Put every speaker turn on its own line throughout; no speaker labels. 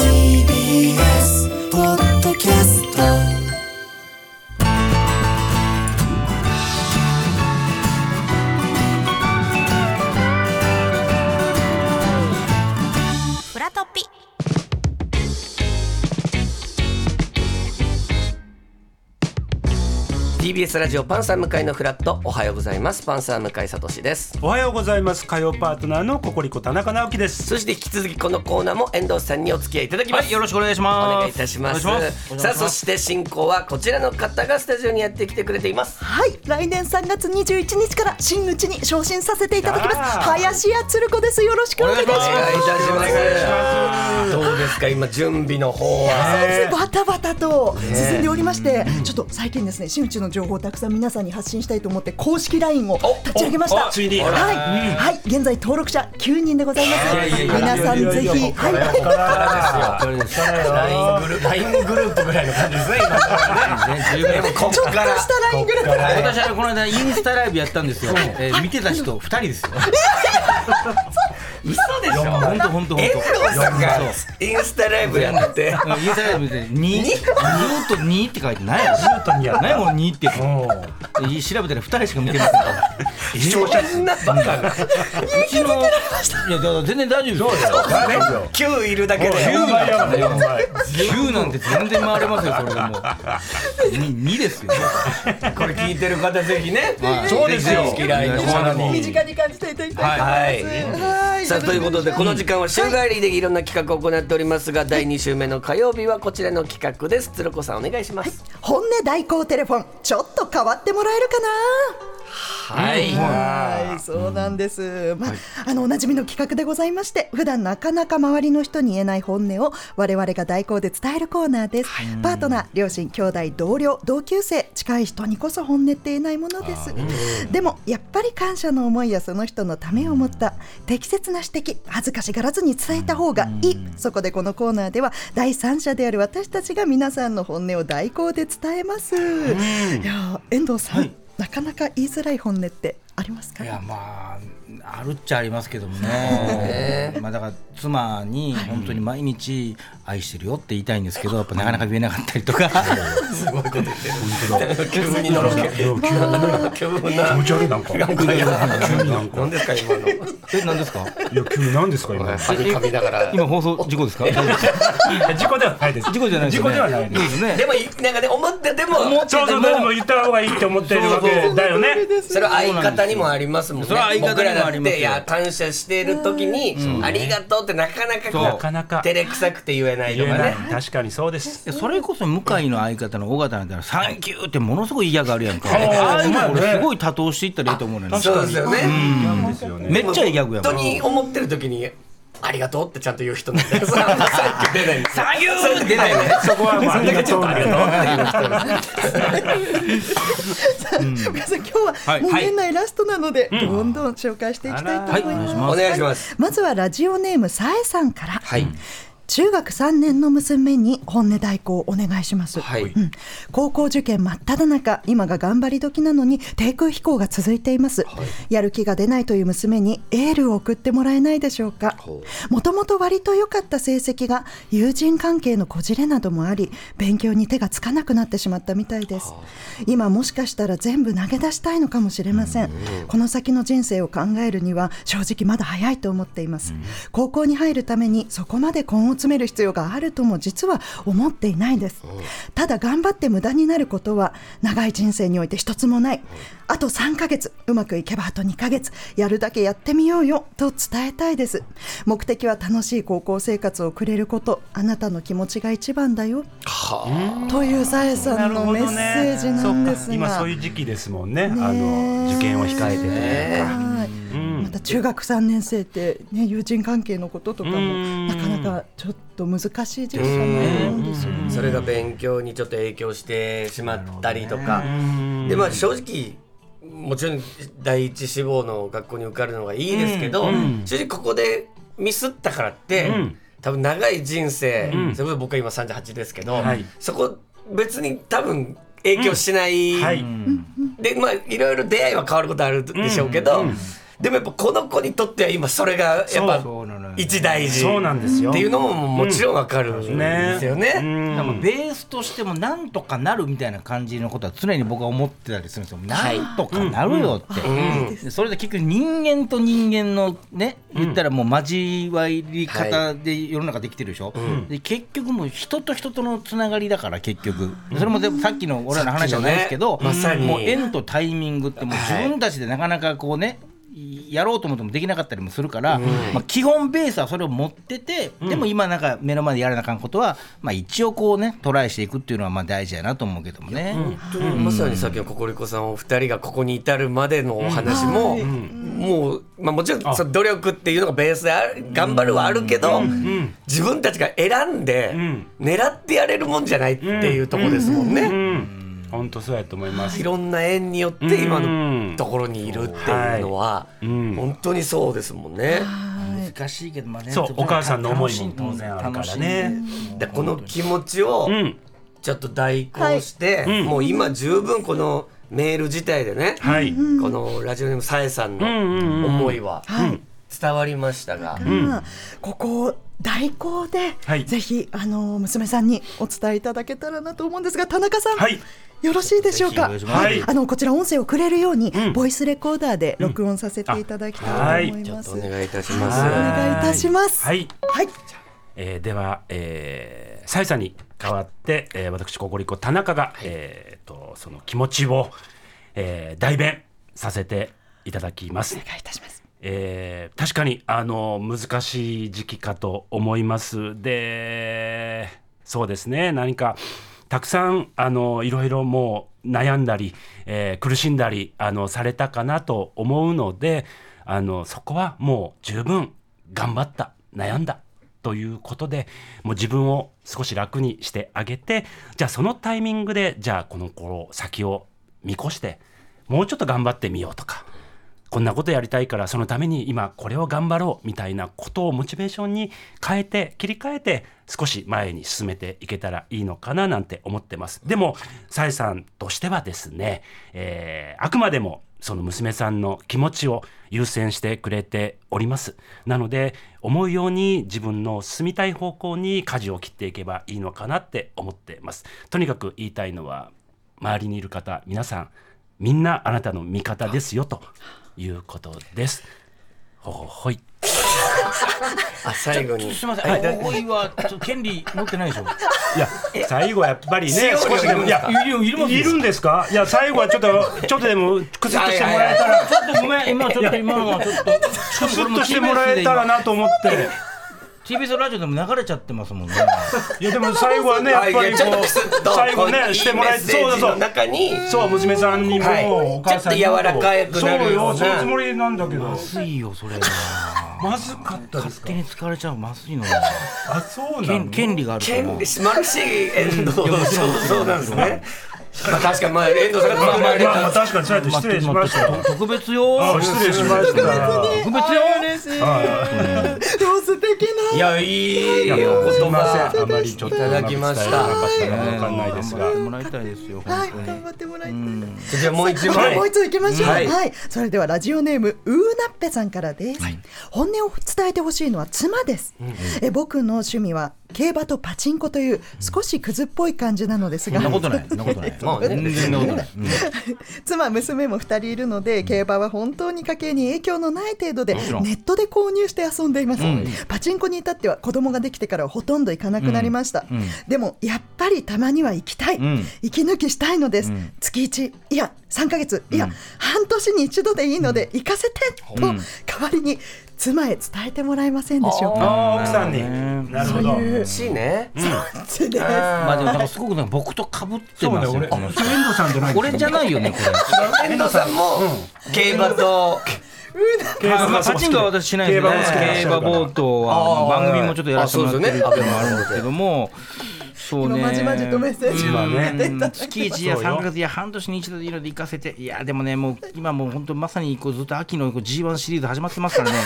ー
TBS ポッドキャスト
フラトピ
す TBS ラジオパンサー向井のフラットおはようございますパンサー向井聡です
おはようございます火曜パートナーのココリコ田中直樹です
そして引き続きこのコーナーも遠藤さんにお付き合いいただきます、
はい、よろしくお願いし
お
ます。
願いいたします
お願いします
さあそして進行はこちらの方がスタジオにやってきてくれています
はい、来年3月21日から新口に昇進させていただきます。
あー
林家つる子です。よろしくお願いしま
お
す。
願いいたし
お
ます
願いします
どうですか今準備の方は
そうですねバタバタと進んでおりまして、ちょっと最近ですね、新口の情報をたくさん皆さんに発信したいと思って公式 LINE を立ち上げまし
お
た。
おついに
はい、
あら
はい、現在登録者9人でございます。皆さんぜ
いやいやい
ひ、
やこ
は
れ
い。
ここから
これですライングルライングループぐらいの感じですね今
ね 十分
でもこ
ちょ
こ
っと
から
した LINE グループで
私はこの間インスタライブやったんですよ。えー見てた人二人ですよ。
嘘でしょ
本当本当本当。
遠藤さんが
そう
インスタライブやってて
うんインスタライブで二ずっと二って書いてないよ。ずっと二や。ないもん二って。いい調べたら二人しか見てませんから。
視聴者 みんなバカが
うちのいやだから全然大丈夫ですよ。
9いるだけで
9
倍やばい
なんて9なんて全然回れますよそれでも2ですよ
これ聞いてる方ぜひね
はい
そうですよ
ぜひぜひラインの方に
身近に感じていただきたいと
は
思い
い
ます。はい
さあということでこの時間は週帰りでいろんな企画を行っておりますが、第2週目の火曜日はこちらの企画です鶴子さんお願いします
本音代行テレフォン、ちょっと変わってもらえるかな。
はい、
はい、そうなんです。まあ、あのおなじみの企画でございまして、普段なかなか周りの人に言えない本音を我々が代行で伝えるコーナーです。パートナー、両親、兄弟、同僚、同級生、近い人にこそ本音って言えないものです。でもやっぱり感謝の思いやその人のためを持った適切な指摘、恥ずかしがらずに伝えた方がいい。そこでこのコーナーでは第三者である私たちが皆さんの本音を代行で伝えます。いやー、遠藤さん。なかなか言いづらい本音ってありますか
いやまああるっちゃありますけどもね、まあだから妻に本当に毎日愛してるよって言いたいんですけど、やっぱなかなか言えなかったりと か、
すごいこと言ってる急にのろけ急な
気持ち悪いなんか
なんかや
急になんか
何ですか今の
え何ですか？
いや急に何ですか今
はにかみなが ら
今放送事故ですか？
事故ではないです
事故じゃないです
事故
よね。
ではないです
すね。
でもなんかね思ってても
そうそうでも言った方がいいって思ってるわけだよね
それは相方にもありますもんね
そうなんですよ
僕らだ
それは相方
っ
にもあります
て
よ
いや感謝している時にありがとうってなかなかこう
そう
なかなか
照れくさくて言えないと
言え
か
な
ね
い確かにそうです
いやそれこそ向井の相方の尾形なんてサンキューってものすごい嫌がるやんか。
あー
ああいうの
うまい
俺
ね
すごい多頭していったらいいと思うのよね。
そうですよね
なんですよね
めっちゃいいギャグやもん。
本当に思ってる時にありがとうってちゃんと言う人なん で、そのあんまサンキュー出ないんですよ。サンキュー出ないよね。
そこはもうありが
ちょ
と
っと
う
あ
だ
り
よ
がとうっていう人
岡 田さん今日ははいもう年内ラストなので、どんどん紹介していきたいと思
はいいお願
ま
い
す
し。
お
ます。
願いします。
まずはラジオネームさえさんから、
はい
中学3年の娘に本音代行をお願いします、
はい
うん高校受験真っ只中今が頑張り時なのに低空飛行が続いています、やる気が出ないという娘にエールを送ってもらえないでしょうか
ほ
もともと割と良かった成績が友人関係のこじれなどもあり勉強に手がつかなくなってしまったみたいです今もしかしたら全部投げ出したいのかもしれませんこの先の人生を考えるには正直まだ早いと思っています高校に入るためにそこまで根を詰める必要があるとも実は思っていないですただ頑張って無駄になることは長い人生において一つもないあと3ヶ月うまくいけばあと2ヶ月やるだけやってみようよと伝えたいです目的は楽しい高校生活をくれることあなたの気持ちが一番だよというさえさんのメッセージなんですが
今そういう時期ですもんねあの受験を控えてね
はいまた中学3年生って、ね、友人関係のこととかも
うん
なかなかちょっと難しい時期じゃないもんですよね。
それが勉強にちょっと影響してしまったりとか、でまあ正直もちろん第一志望の学校に受かるのがいいですけど、正直ここでミスったからって、多分長い人生、それこそ僕は今38ですけど、
はい
そこ別に多分影響しない、
はい、
でまあいろいろ出会いは変わることあるでしょうけど、でもやっぱこの子にとっては今それがやっぱ
そうなのよ
一大事
そうなんですよ
っていうのももちろんわかるん
ね
ですよね。
うん
でもベースとしてもなんとかなるみたいな感じのことは常に僕は思ってたりするんですよ。なんとかなるよって。でそれで結局人間と人間のね言ったらもう交わり方で世の中できてるでしょ。で結局もう人と人とのつながりだから結局。それもでもさっきの俺らの話じゃないですけど、
さっきのねまさに
もう縁とタイミングってもう自分たちでなかなかこうね。やろうと思ってもできなかったりもするから、まあ、基本ベースはそれを持ってて、でも今なんか目の前でやらなあかんことは、まあ、一応こうねトライしていくっていうのはまあ大事やなと思うけどもね。
本当にまさにさっきのココリコさんお二人がここに至るまでのお話も、もう、まあ、もちろんその努力っていうのがベースである頑張るはあるけど、自分たちが選んで、
ん
狙ってやれるもんじゃないっていうところですもんね。
うん本当そうやと思います
いろんな縁によって今のところにいるっていうのは、
んはい
本当にそうですもんね。
難しいけど、まあね
そう
ちょっと
お母さんの思いも当然あるからね
楽しい
でこの気持ちを
ん
ちょっと代行して、もう今十分このメール自体でね、
はい
このラジオネームさえさん
んうんうん
の思いは
はい
伝わりましたが、
まあここを代行で、
はい
ぜひあの娘さんにお伝えいただけたらなと思うんですが田中さん、
はい
よろしいでしょうか
ぜひお願いします
はい
はい
あのこちら音声をくれるように、
ん
ボイスレコーダーで録音させていただきたいと思い
ちょ
ま
っ
す、
とお願いいたし
お
ます。
は
願いいたします
はい、
はい、
えー、では、えー、さえさんに代わって、えー、私ココリコ田中が、えー、とその気持ちを、えー、代弁させていただきます
お願いいたします
えー確かにあの難しい時期かと思いますでそうですね何かたくさんあのいろいろもう悩んだり、えー苦しんだりあのされたかなと思うのであのそこはもう十分頑張った悩んだということでもう自分を少し楽にしてあげてじゃあそのタイミングでじゃあこの頃先を見越してもうちょっと頑張ってみようとかこんなことやりたいからそのために今これを頑張ろうみたいなことをモチベーションに変えて切り替えて少し前に進めていけたらいいのかななんて思ってますでもさえさんとしてはですね、えーあくまでもその娘さんの気持ちを優先してくれておりますなので思うように自分の進みたい方向に舵を切っていけばいいのかなって思ってますとにかく言いたいのは周りにいる方皆さんみんなあなたの味方ですよということです。ほほほい。
あ最後に
すみません、
はい
あの大井はちょっと権利持ってないでしょ。
いや最後はやっぱりね
使用料
少しで
いるん
もい
ですか
やいるいるいるんですか。いや最後はちょっ とちょっとでもクスッとしてもらえたら
ちょっとごめん、今ちょっと今のはちょっと。
クスッとしてもらえたらなと思って。
TBS ラジオでも流れちゃってますもんね。
いやでも最後はねやっ
はい
ぱり
いやちょっと
こ
クスッ
う
と
最後
こう
ねしてもらえ
いい
て
メッセ
そ
ー
う
ジの
そうそう。
中に
そう娘さんにも、
はい
お母さんに
ちょ
も
っと柔らかくなるような
そうよそういうつもりなんだけど
まずいよ、それは。
まずかったです
勝手に疲れちゃう、まずいのよ。
あそうな
権
の
権利があるから。
権利マルシーエンドそうそうなんですね。まあ確かにまあ遠藤さんが作られた
まあ確かにそうやって失礼しましたよ
特別よ。
あ失礼しました
特別よ。
でも素敵
い
な
やいいお言
すいませ
葉
んあまりちょっと
いただきました
うまく伝えられなかったのかわかんないですが
頑張ってもらいたいですよ。
はい
本当に
頑張ってもらいたい
じゃあもう一
また
枚
もう一度行きましょう、
は
はいいそれではラジオネームうーなっぺさんからです、本音を伝えてほしいのは妻です、え僕の趣味は競馬とパチンコという少しクズっぽい感じなので
そ
すが、
んなことない。そんなことない。
まあね
全然そんなことない。うん
妻娘も2人いるので競馬は本当に家計に影響のない程度でネ
ちろん
ットで購入して遊んでいます、パチンコに至っては子供ができてからはほとんど行かなくなりました、でもやっぱりたまには行きたい、
ん
息抜きしたいのです、月1いや3ヶ月いや、半年に一度でいいので行かせて、と代わりに妻へ伝えてもらえませんでしょうか、
あー奥さんになるほど
しいね。
そうです
まあでもなんかすごくなんか僕と被って
そう
ま
ね
すよ
俺
この人
遠藤さんじゃない
俺じゃないよねこ
遠藤さんも競馬と
競
れ。
馬が
まあパチンコは私しないです
競
ね。
馬も好きなんで
競馬ボートは
あー
番組もちょっとやらせてもらってるっていうのもあるんですけども。そう
今
ね
まじまじとメッセージ
今
を
ね
受けていただいて
月1や
そうよ
3ヶ月や半年に一度でいいので行かせていやでもねもう今もう本当まさにこうずっと秋のこう G1 シリーズ始まってますからね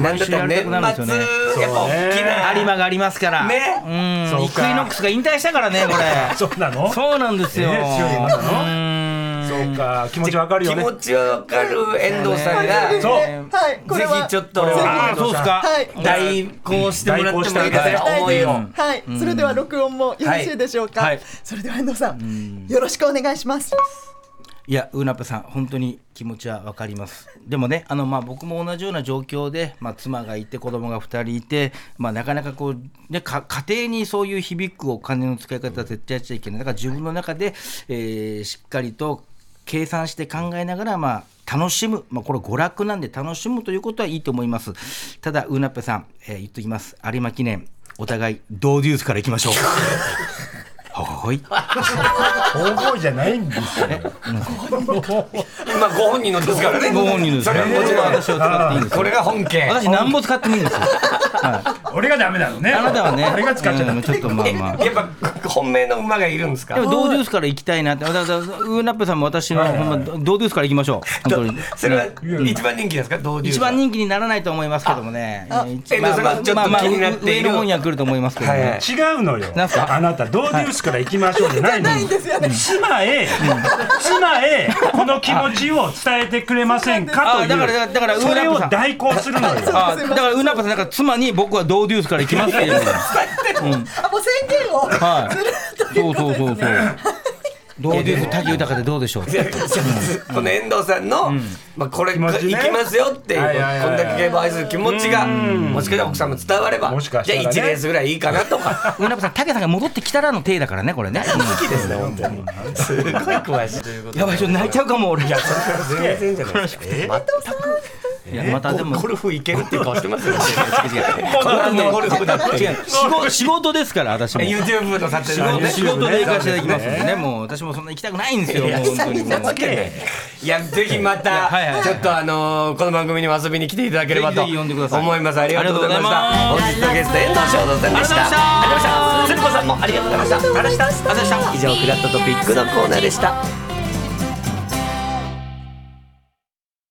なんだったら
毎週や
年
り たくなるんですよ
末、
ね
やっぱ大きな、
有馬がありますから
ね
うん
そう
イクイ
か
ノックスが引退したからねこれ
そうなの
そうなんですよ
ね強い馬なの
うん
そうか気持ちわかるよ
気
ね
持ちわかる遠藤さんが、
はい
ぜ
そう
はいこれは
ひちょっ
これ
と
は
ああそうですか
はい
代行してもらってもいいですか
代行
したいです
思いを。
はい、それでは録音もよろしいでしょうか、
はいはい
それでは遠藤さんよろしくお願いします
いや、ウーナッペさん、本当に気持ちはわかります。でもね、あの、まあ、僕も同じような状況で、まあ、妻がいて、子供が2人いて、まあ、なかなかこう、ね、か家庭にそういう響くお金の使い方は絶対やっちゃいけない。だから自分の中で、えーしっかりと計算して考えながら、まあ、楽しむ、まあ、これ娯楽なんで楽しむということはいいと思います。ただ、ウーナッペさん、えー言っときます。有馬記念、お互い、ドーデュースからいき ましょう。ほほほい。
大声じゃないんですよ
まあご本人のですからね。
ご本人のです
それはもちろん私を使っていいんです。これが本家。
私、なんぼ使ってもいいんですよ。
俺がダメなのね
あなたはね、
俺が使っちゃダ
う
メ
んちょっとまあ まあ。
やっぱ本命の馬がいるんですか
で。も、ドーデュースから行きたいなって、だからだからウーナップさんも私の、ほんま、ドーデュースから行きましょう、本当に。
それは一番人気ですか。同時
一番人気にならないと思いますけどもね、一
遠藤さんがちょっと気になっている
上の方には来ると思いますけど
はいは
ね
い。
違うのよ
なんすか
あなたドーデュースから行きましょうじゃないの
ないんですよね
妻へ妻へこの気持ちを伝えてくれませんかとい
あだから
う
だからウ
そ
ーナップさん
れを代行するのよ
あだからウーナップさん、だから妻に僕はドーデュースから行きますっていうのよ。
あもう宣言を、
はい
するとい
そう
うこと
そう
です
そ
ね
うそう。ドーデュース、滝豊でどうでしょう。
この遠藤さんの、まあ、これ、
気持ちね
行きますよっていう、
はいはいはい
こんだけ競馬を愛する気持ちが、もしかしたら奥さんも伝われば、
もしかしたらね
じゃあ1レースぐらいいいかなとか、
ウーナップさん、竹さんが戻ってきたらの体だからね、これね。
好きですね、本当に。すごい詳しいということで
やばい、ちょっと泣いちゃうかも、俺。いや、
全然じゃないですか。え
またでも。
ゴルフ行けるっていう顔してますよね。
違
こ
う
んなんでゴルフだって。
違う仕 事仕事ですから私も
YouTube の撮影のね。
仕事で行かせていただきますんでねもう私もそんな行きたくないんですよもう本当にもう
いや、ぜひまた
はいはいは、い
ちょっとあのー、この番組にも遊びに来ていただければと
ぜひぜひ呼んでください
思います。ありがとうございました。本
あ
日のゲスト、遠藤翔太さんでした。
あ
ありがとうございました。節子さんもありがとうございました。ありがとうございました。以上、フラットトピックのコーナーでした。